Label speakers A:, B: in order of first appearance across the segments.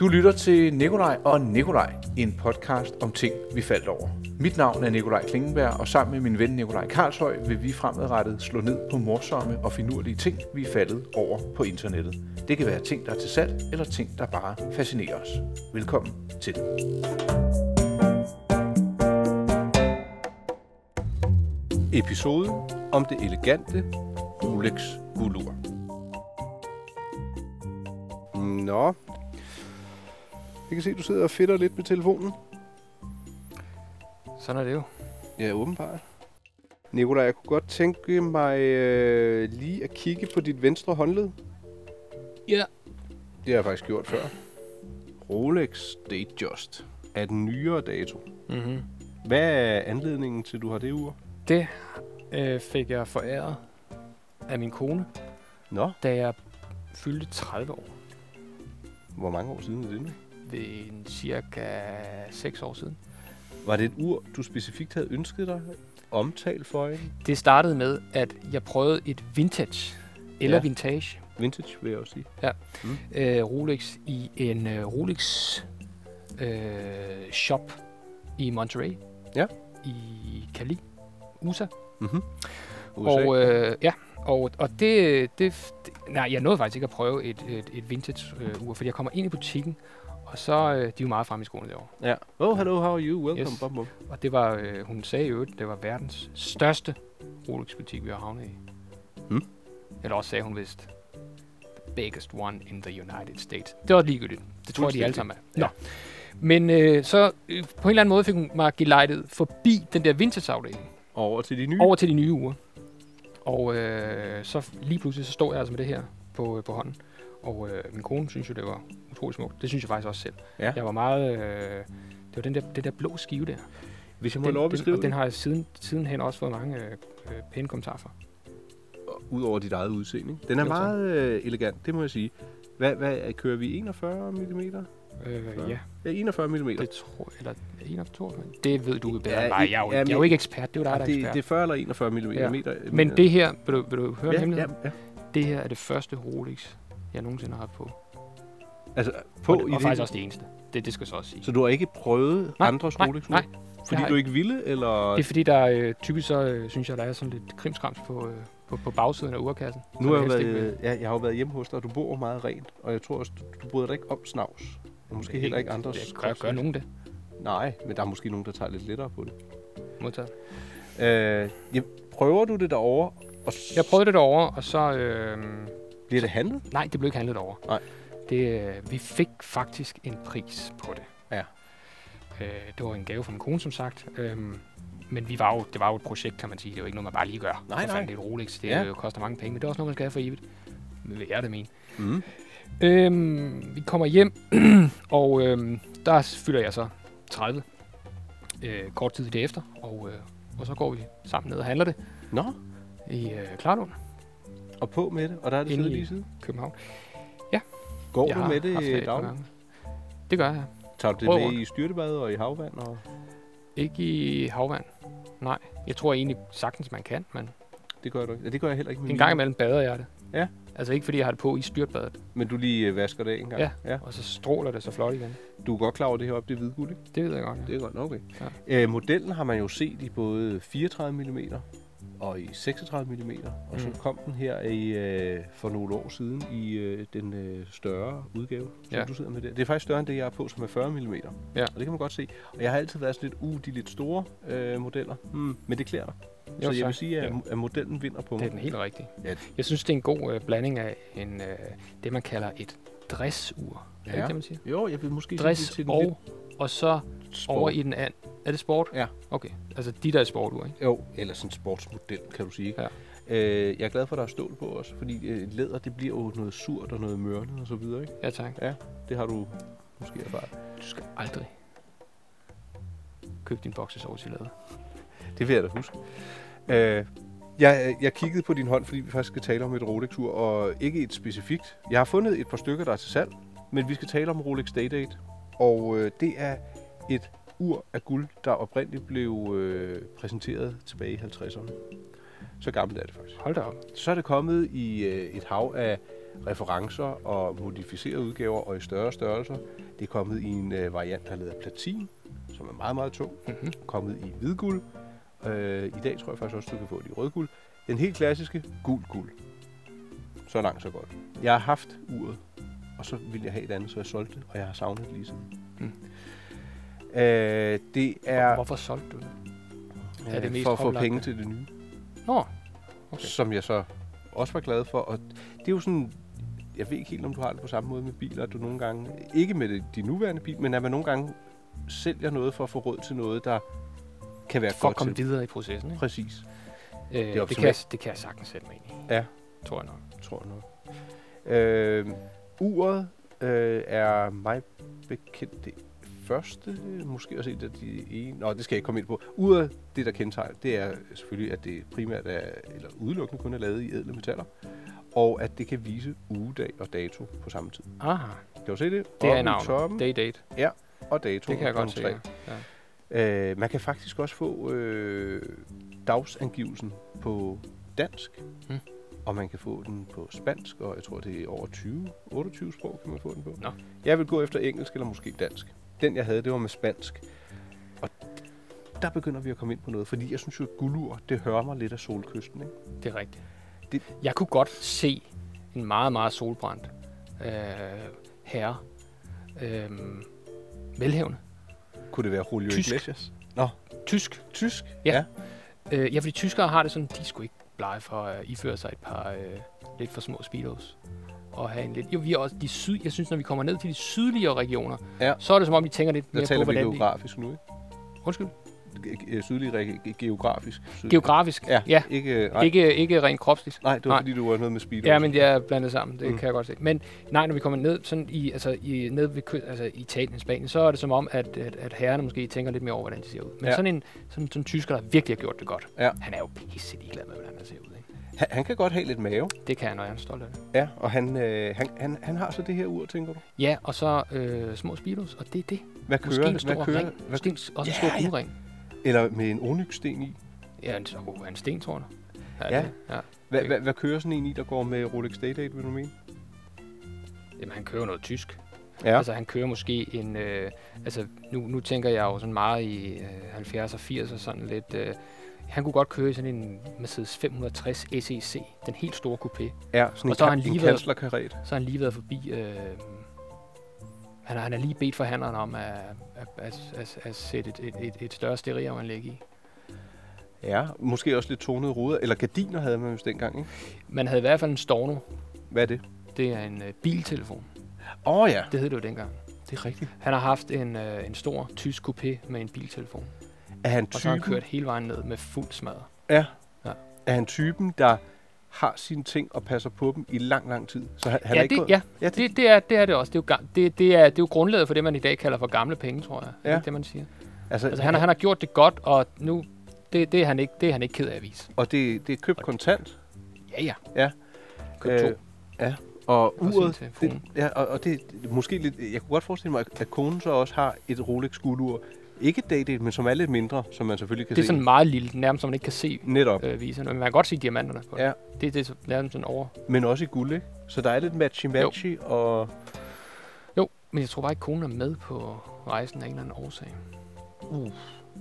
A: Du lytter til Nikolaj og Nikolaj, en podcast om ting, vi faldt over. Mit navn er Nikolaj Klingenberg, og sammen med min ven Nikolaj Karlshøj vil vi fremadrettet slå ned på morsomme og finurlige ting, vi er faldet over på internettet. Det kan være ting, der er til salg, eller ting, der bare fascinerer os. Velkommen til. Episoden om det elegante Rolex Gulur.
B: Nå. Jeg kan se, du sidder og fedter lidt med telefonen.
C: Sådan er det jo.
B: Ja, åbenbart. Nikolaj, jeg kunne godt tænke mig øh, lige at kigge på dit venstre håndled.
C: Ja.
B: Det har jeg faktisk gjort før. Rolex Datejust er den nyere dato.
C: Mm-hmm.
B: Hvad er anledningen til, at du har det ur?
C: Øh, fik jeg foræret af min kone,
B: Nå,
C: da jeg fyldte 30 år.
B: hvor mange år siden er det nu?
C: Det er en cirka 6 år siden.
B: Var det et ur, du specifikt havde ønsket dig? Omtalt for en?
C: Det startede med, at jeg prøvede et vintage, eller
B: Ja.
C: ja. vintage,
B: Vintage, vil jeg også sige.
C: øh, Rolex i en øh, Rolex øh, shop i Monterey.
B: Ja.
C: I Cali, USA.
B: Mm-hmm.
C: Og, øh, ja, og, og det, det, det... Nej, jeg nåede faktisk ikke at prøve et, et, et vintage-ur, øh, ur, fordi jeg kommer ind i butikken, og så... Øh, de er jo meget fremme i skoene derovre.
B: ja. Oh, hello, how are you? Welcome,
C: Yes.
B: bum, bum.
C: Og det var, øh, hun sagde jo, det var verdens største Rolex-butik, vi har havnet i.
B: Hmm.
C: Eller også sagde hun vist, the biggest one in the United States. Det var ligegyldigt. Det tror jeg, de alle sammen er. Nå. Men øh, så øh, på en eller anden måde fik hun mig gelejtet forbi den der vintage-afdeling
B: Over til de nye.
C: over til de nye uger. Og øh, så f- lige pludselig, så står jeg altså med det her på, øh, på hånden. Og øh, min kone synes jo, det var utrolig smukt. Det synes jeg faktisk også selv.
B: Ja.
C: Jeg var meget... Øh, det var den der, det der blå skive der.
B: Hvis jeg må have
C: Den,
B: lov at
C: den,
B: beskrive
C: og den har jeg siden, sidenhen også fået mange øh, øh, pæne kommentarer fra.
B: øh, ud over dit eget udseende. ikke? Den er
C: Jo, tak.
B: meget øh, elegant, det må jeg sige. Hvad, hvad kører vi 41 mm? Ja.
C: Øh, ja,
B: Ja, 41 mm.
C: det tror jeg. Eller 41, men det ved du bedre
B: Ja,
C: ja, end mig.
B: i-
C: Jeg er, jo,
B: ja,
C: jeg er jo
B: men-
C: ikke ekspert. Det er jo dig, der er
B: Ah, det,
C: ekspert.
B: det er 40 eller 41 mm.
C: Ja.
B: meter,
C: men det her, vil du, vil du høre ja,
B: ja, ja,
C: hemmeligheden?
B: ja.
C: Ja. Det her er det første Rolex, jeg nogensinde har haft på.
B: Altså, på
C: På og,
B: i
C: det, og faktisk også det eneste. Det, det skal så også sige.
B: Så du har ikke prøvet
C: Nej,
B: andre
C: nej,
B: rolex
C: nej,
B: Fordi
C: har
B: du ikke ville, eller...
C: Det er fordi, der øh, typisk så, øh, synes jeg, der er sådan lidt krimskrams på, øh, på, på bagsiden af urkassen.
B: nu
C: som
B: har jeg,
C: helst ikke vil.
B: været, ja, jeg har jo været hjemme hos dig, og du bor meget rent. Og jeg tror også, du, du bryder dig ikke om snavs. Og måske heller ikke andres.
C: Det gør, gør
B: kropsvægt.
C: nogen det,
B: Nej, men der er måske nogen, der tager lidt lettere på det.
C: modtaget.
B: Øh, ja, prøver du det derovre, og s-
C: Jeg prøvede det derovre, og så... Øh,
B: bliver det handlet?
C: nej, det blev ikke handlet over.
B: Nej.
C: Det, øh, vi fik faktisk en pris på det.
B: Ja.
C: Øh, det var en gave fra min kone, som sagt. Øhm, men vi var jo, det var jo et projekt, kan man sige. Det var ikke noget, man bare lige gør.
B: Nej, nej.
C: For fanden, Det er et Rolex, det
B: Ja.
C: ja. koster mange penge, men det er også noget, man skal have for evigt. Vil jeg det mene.
B: Mm.
C: Øhm, vi kommer hjem, og øhm, der fylder jeg så 30 øh, kort tid derefter, og, øh, og så går vi sammen ned og handler det
B: Nå,
C: i øh, Klarlund,
B: og på med det, og der er det
C: Inde
B: siddet
C: i-
B: lige siden.
C: København.
B: Går
C: Jeg
B: du
C: har
B: med
C: haft et
B: det
C: par
B: dagligt?
C: gange. Det gør jeg.
B: Tager du det
C: Prøv
B: med
C: rundt.
B: i styrtebad og i havvand? Og
C: Ikke i havvand. Nej, jeg tror egentlig sagtens, man kan, men
B: det gør du ikke. Ja, det gør jeg heller ikke med
C: en
B: mine.
C: gang imellem bader jeg det.
B: Ja.
C: Altså ikke fordi jeg har det på i styrtbadet,
B: Men du lige øh, vasker det af en gang?
C: Ja.
B: ja.
C: og så stråler det så flot igen.
B: Du er godt klar over, at det her op, det er hvidguld, ikke?
C: Det ved jeg godt. Ja.
B: Det er godt, okay.
C: Ja.
B: Øh, modellen har man jo set i både 34 mm og i 36 mm, og så
C: Mm.
B: kom den her i, øh, for nogle år siden i øh, den øh, større udgave, som
C: Ja.
B: du sidder med der. Det er faktisk større end det, jeg har på, som er 40 mm,
C: Ja.
B: og det kan man godt se. Og jeg har altid været sådan lidt, uh, de lidt store øh, modeller, mm. men det klæder dig.
C: Jo,
B: så jeg
C: tak.
B: vil sige, at,
C: Ja.
B: at modellen vinder på mig.
C: Det er den helt rigtige.
B: Ja.
C: Jeg synes, det er en god øh, blanding af en, øh, det, man kalder et dressur. Ja. Er det
B: Ja.
C: ikke det, man siger?
B: Jo, jeg vil måske sige, det er
C: Dress
B: til den
C: og,
B: lidt
C: og så
B: sport.
C: over i den anden. Er det sport?
B: Ja.
C: Okay, altså de der er sportur, ikke?
B: Jo, eller sådan en sportsmodel, kan du sige.
C: Ja.
B: Øh, jeg er glad for, at der er stål på også, fordi øh, læder, det bliver jo noget surt og noget mørnet og så videre, ikke?
C: Ja, tak.
B: Det har du måske erfaret.
C: Du skal aldrig købe din boksesovs i lader.
B: Det vil jeg da huske. Øh, jeg, jeg kiggede på din hånd, fordi vi faktisk skal tale om et Rolex-ur, og ikke et specifikt. Jeg har fundet et par stykker, der er til salg, men vi skal tale om Rolex Day-Date. Og øh, det er et ur af guld, der oprindeligt blev øh, præsenteret tilbage i 50'erne. Så gammelt er det faktisk.
C: Hold da op.
B: Så er det kommet i øh, et hav af referencer og modificerede udgaver og i større størrelser. Det er kommet i en øh, variant, der hedder platin, som er meget, meget tung.
C: Mm-hmm.
B: Kommet i hvidguld. Øh, I dag tror jeg faktisk også, du kan få det i rødguld. Den helt klassiske gul-guld. Så langt, så godt. Jeg har haft uret, og så ville jeg have et andet, så jeg solgte det, og jeg har savnet det lige siden.
C: Mm.
B: Øh, det er,
C: Hvorfor solgte du det? er
B: øh,
C: det mest
B: for at få
C: oplagte?
B: penge til det nye
C: Nå,
B: okay.
C: Okay.
B: som jeg så også var glad for. Og det er jo sådan, jeg ved ikke helt, om du har det på samme måde med biler, at du nogle gange, ikke med det, din nuværende bil, men at man nogle gange sælger noget for at få råd til noget, der kan være
C: for at
B: godt
C: komme
B: til.
C: videre i processen. Ikke?
B: Præcis,
C: Øh, det, kan,
B: optimalt.
C: jeg, det kan jeg sagtens sætte mig ind i.
B: Ja.
C: Tror jeg nok.
B: tror jeg nok. Øh, uret øh, er mig bekendt det første, måske også et af de ene. Nå, det skal jeg ikke komme ind på. Uret, det der kendetegner, det er selvfølgelig, at det primært er, eller udelukkende kun er lavet i ædle metaller, og at det kan vise ugedag og dato på samme tid.
C: Aha,
B: Kan du se det?
C: det er
B: Oppe i
C: en navn.
B: toppen
C: Day date.
B: og dato.
C: Det kan jeg godt se.
B: tre.
C: ja. Ja.
B: Øh, man kan faktisk også få øh, dagsangivelsen på dansk,
C: Hmm.
B: og man kan få den på spansk, og jeg tror, det er over 20, 28 sprog, kan man få den på.
C: Nå.
B: Jeg vil gå efter engelsk eller måske dansk. Den, jeg havde, det var med spansk. Og der begynder vi at komme ind på noget, fordi jeg synes jo, at guldur, det hører mig lidt af solkysten. Ikke?
C: Det er rigtigt.
B: Det-
C: Det. Jeg kunne godt se en meget, meget solbrændt øh, herre. Øh, velhævende.
B: Kunne det være Julio
C: Tysk.
B: Iglesias? Nå,
C: Tysk.
B: tysk?
C: Ja. Øh, ja, fordi tyskere har det sådan, de skulle ikke blege for at iføre sig et par øh, lidt for små speedos. Og have en lidt... Jo, vi er også de syd... Jeg synes, når vi kommer ned til de sydligere regioner,
B: Ja.
C: så er det som om, vi tænker lidt
B: Der
C: mere på,
B: taler vi
C: hvordan vi...
B: geografisk Mm. nu, ikke?
C: Undskyld.
B: Ge- ge- Sydlig, re- ge- geografisk. Sydlig.
C: Geografisk.
B: Ja,
C: ja.
B: Ikke, øh, nej,
C: Ikke, ikke rent kropsligt.
B: nej, det var
C: nej.
B: fordi, du var noget med speedo.
C: Ja, men det er blandet sammen, det
B: Mm.
C: mm. kan jeg godt se. Men nej, når vi kommer ned, sådan i, altså, i, ned ved ky- altså, i Italien, Spanien, så er det som om, at, at, at herrerne måske tænker lidt mere over, hvordan de ser ud. Men
B: Ja.
C: ja. sådan en sådan, sådan en tysker, der virkelig har gjort det godt,
B: Ja.
C: han er jo pisse ligeglad med, hvordan han ser ud. Ikke?
B: Han, han kan godt have lidt mave.
C: Det kan han, og jeg er stolt af det.
B: Ja, og han, øh, han, han, han har så det her ur, tænker du?
C: Ja, og så øh, små speedos, og det er det.
B: Hvad
C: Måske
B: kører,
C: en stor
B: hvad kører,
C: ring.
B: Hvad,
C: Måske en, også en
B: Ja, ja.
C: stor guldring.
B: eller med en onyx-sten i.
C: Ja, en, oh, en sten, tror jeg.
B: Ja.
C: det- ja.
B: Hvad,
C: Okay.
B: hvad, hvad kører sådan en i, der går med Rolex Day-Date, vil du mene?
C: Jamen, han kører noget tysk.
B: Ja.
C: Altså, han kører måske en... Øh, altså, nu, nu tænker jeg jo sådan meget i øh, 70 og 80 og sådan lidt... Øh, han kunne godt køre i sådan en Mercedes 560 SEC, E den helt store coupé.
B: ja, sådan
C: og så har
B: en,
C: han
B: ka- en
C: lige været-
B: kanslerkaret.
C: Så har han lige været forbi... Øh, han, har, han har lige bedt forhandleren om at, at, at, at, at sætte et, et, et, et større stereoanlæg i.
B: Ja, måske også lidt tonede ruder. Eller gardiner havde man jo dengang, ikke?
C: Man havde i hvert fald en Storno.
B: Hvad er det?
C: Det er en øh, biltelefon.
B: Åh oh, ja,
C: Det hed det jo dengang.
B: det er rigtigt.
C: Han har haft en, øh, en stor tysk coupé med en biltelefon.
B: Er han
C: Og så har
B: typen,
C: han kørt hele vejen ned med fuld smadret.
B: er han typen der har sine ting og passer på dem i lang, lang tid? Så han, han
C: ja,
B: er ikke
C: det,
B: gået...
C: ja,
B: Ja,
C: ja
B: det-
C: det, det, det, er, det er det også. Det er, jo, gam- det, det, er, det er jo grundlaget for det, man i dag kalder for gamle penge, tror jeg.
B: Ja.
C: Ja. Det, det man siger.
B: Altså,
C: Altså, han, har- han har gjort det godt, og nu det, det er, han ikke, det er han ikke ked af at vise.
B: Og det, det er købt kontant,
C: Ja, ja.
B: Ja.
C: Køb øh, to.
B: Ja, og
C: Og sin
B: uret, det,
C: telefon.
B: ja, og, og det det- måske lidt, jeg kunne godt forestille mig, at konen så også har et Rolex guldur. Ikke et daydate, men som er lidt mindre, som man selvfølgelig kan
C: Det er
B: se.
C: sådan meget lille, nærmest som man ikke kan se
B: Netop,
C: øh, vise. Men man kan godt se diamanterne på det.
B: Ja.
C: Det, det er så- nærmest sådan over.
B: men også i guld, ikke? Så der er lidt matchy-matchy, og
C: Jo, men jeg tror bare ikke, konen er med på rejsen af en eller anden årsag.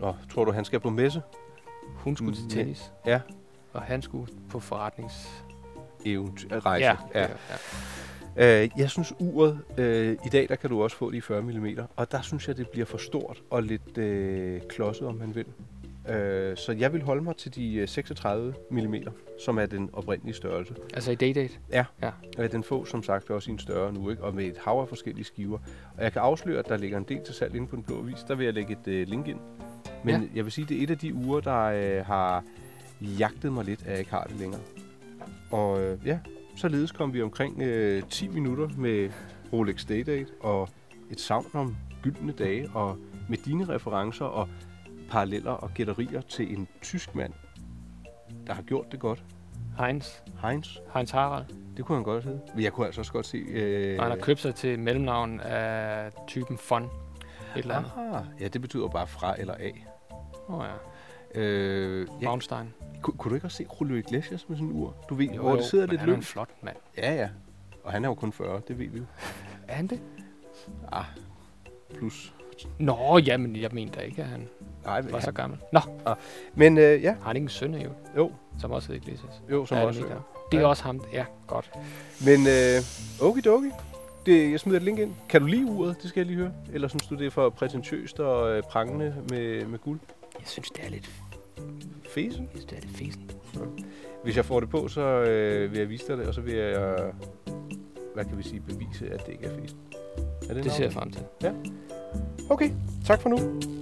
B: Nå, tror du, han skal på messe?
C: Hun skulle til
B: Men-
C: tennis.
B: Mm, ja.
C: Og han skulle på forretnings...
B: Eventyr, rejse. ja.
C: det er- ja.
B: Øh, jeg synes uret, øh, i dag der kan du også få det i 40 mm, og der synes jeg, det bliver for stort og lidt øh, klodset, om man vil. Øh, så jeg vil holde mig til de øh, 36 mm, som er den oprindelige størrelse.
C: Altså i Day-Date.
B: Øh, den får som sagt også i en større nu, ikke? og med et hav af forskellige skiver. Og jeg kan afsløre, at der ligger en del til salg inde på den blå avis. Der vil jeg lægge et øh, link ind. Men ja. jeg vil sige, det er et af de uger, der øh, har jagtet mig lidt, at jeg ikke har det længere. Og øh, ja, således kom vi omkring øh, 10 minutter med Rolex Day-Date og et savn om gyldne dage og med dine referencer og paralleller og gætterier til en tysk mand, der har gjort det godt.
C: Heinz.
B: Heinz
C: Heinz Harald.
B: det kunne han godt hedde. Men jeg kunne altså også godt se... Øh...
C: Og han har købt sig til mellemnavn af typen Fon. Et eller andet.
B: Ah, ja, det betyder bare fra eller af.
C: Åh oh, ja.
B: Øh, ja,
C: Braunstein.
B: kunne, kunne du ikke også se Julio Iglesias med sådan en ur? Du ved,
C: Jo,
B: hvor det
C: jo,
B: sidder
C: men
B: lidt
C: han er en
B: løst.
C: flot mand.
B: Ja, ja. Og han er jo kun 40, det ved vi jo.
C: Er han det?
B: Ah, plus.
C: Nå, jamen, jeg mener da ikke, at han
B: Nej,
C: var så gammel. Nå,
B: Men øh, ja,
C: har han ikke en søn jo,
B: jo,
C: som også hedder Iglesias?
B: jo, som
C: Ja,
B: også.
C: mener jeg. Det er
B: Ja.
C: også ham. Ja, godt.
B: Men øh, okidoki. Det, jeg smider et link ind. Kan du lide uret? Det skal jeg lige høre. Eller synes du, det er for prætentiøst og øh, prangende med, med guld?
C: Jeg synes, det er lidt,
B: Fesen?
C: jeg synes, det er lidt fesen.
B: Hvis jeg får det på, så øh, vil jeg vise dig det, og så vil jeg, øh, hvad kan vi sige, bevise, at det ikke er fesen. Er det, en
C: Det ser
B: aftale?
C: jeg frem til.
B: Okay, tak for nu.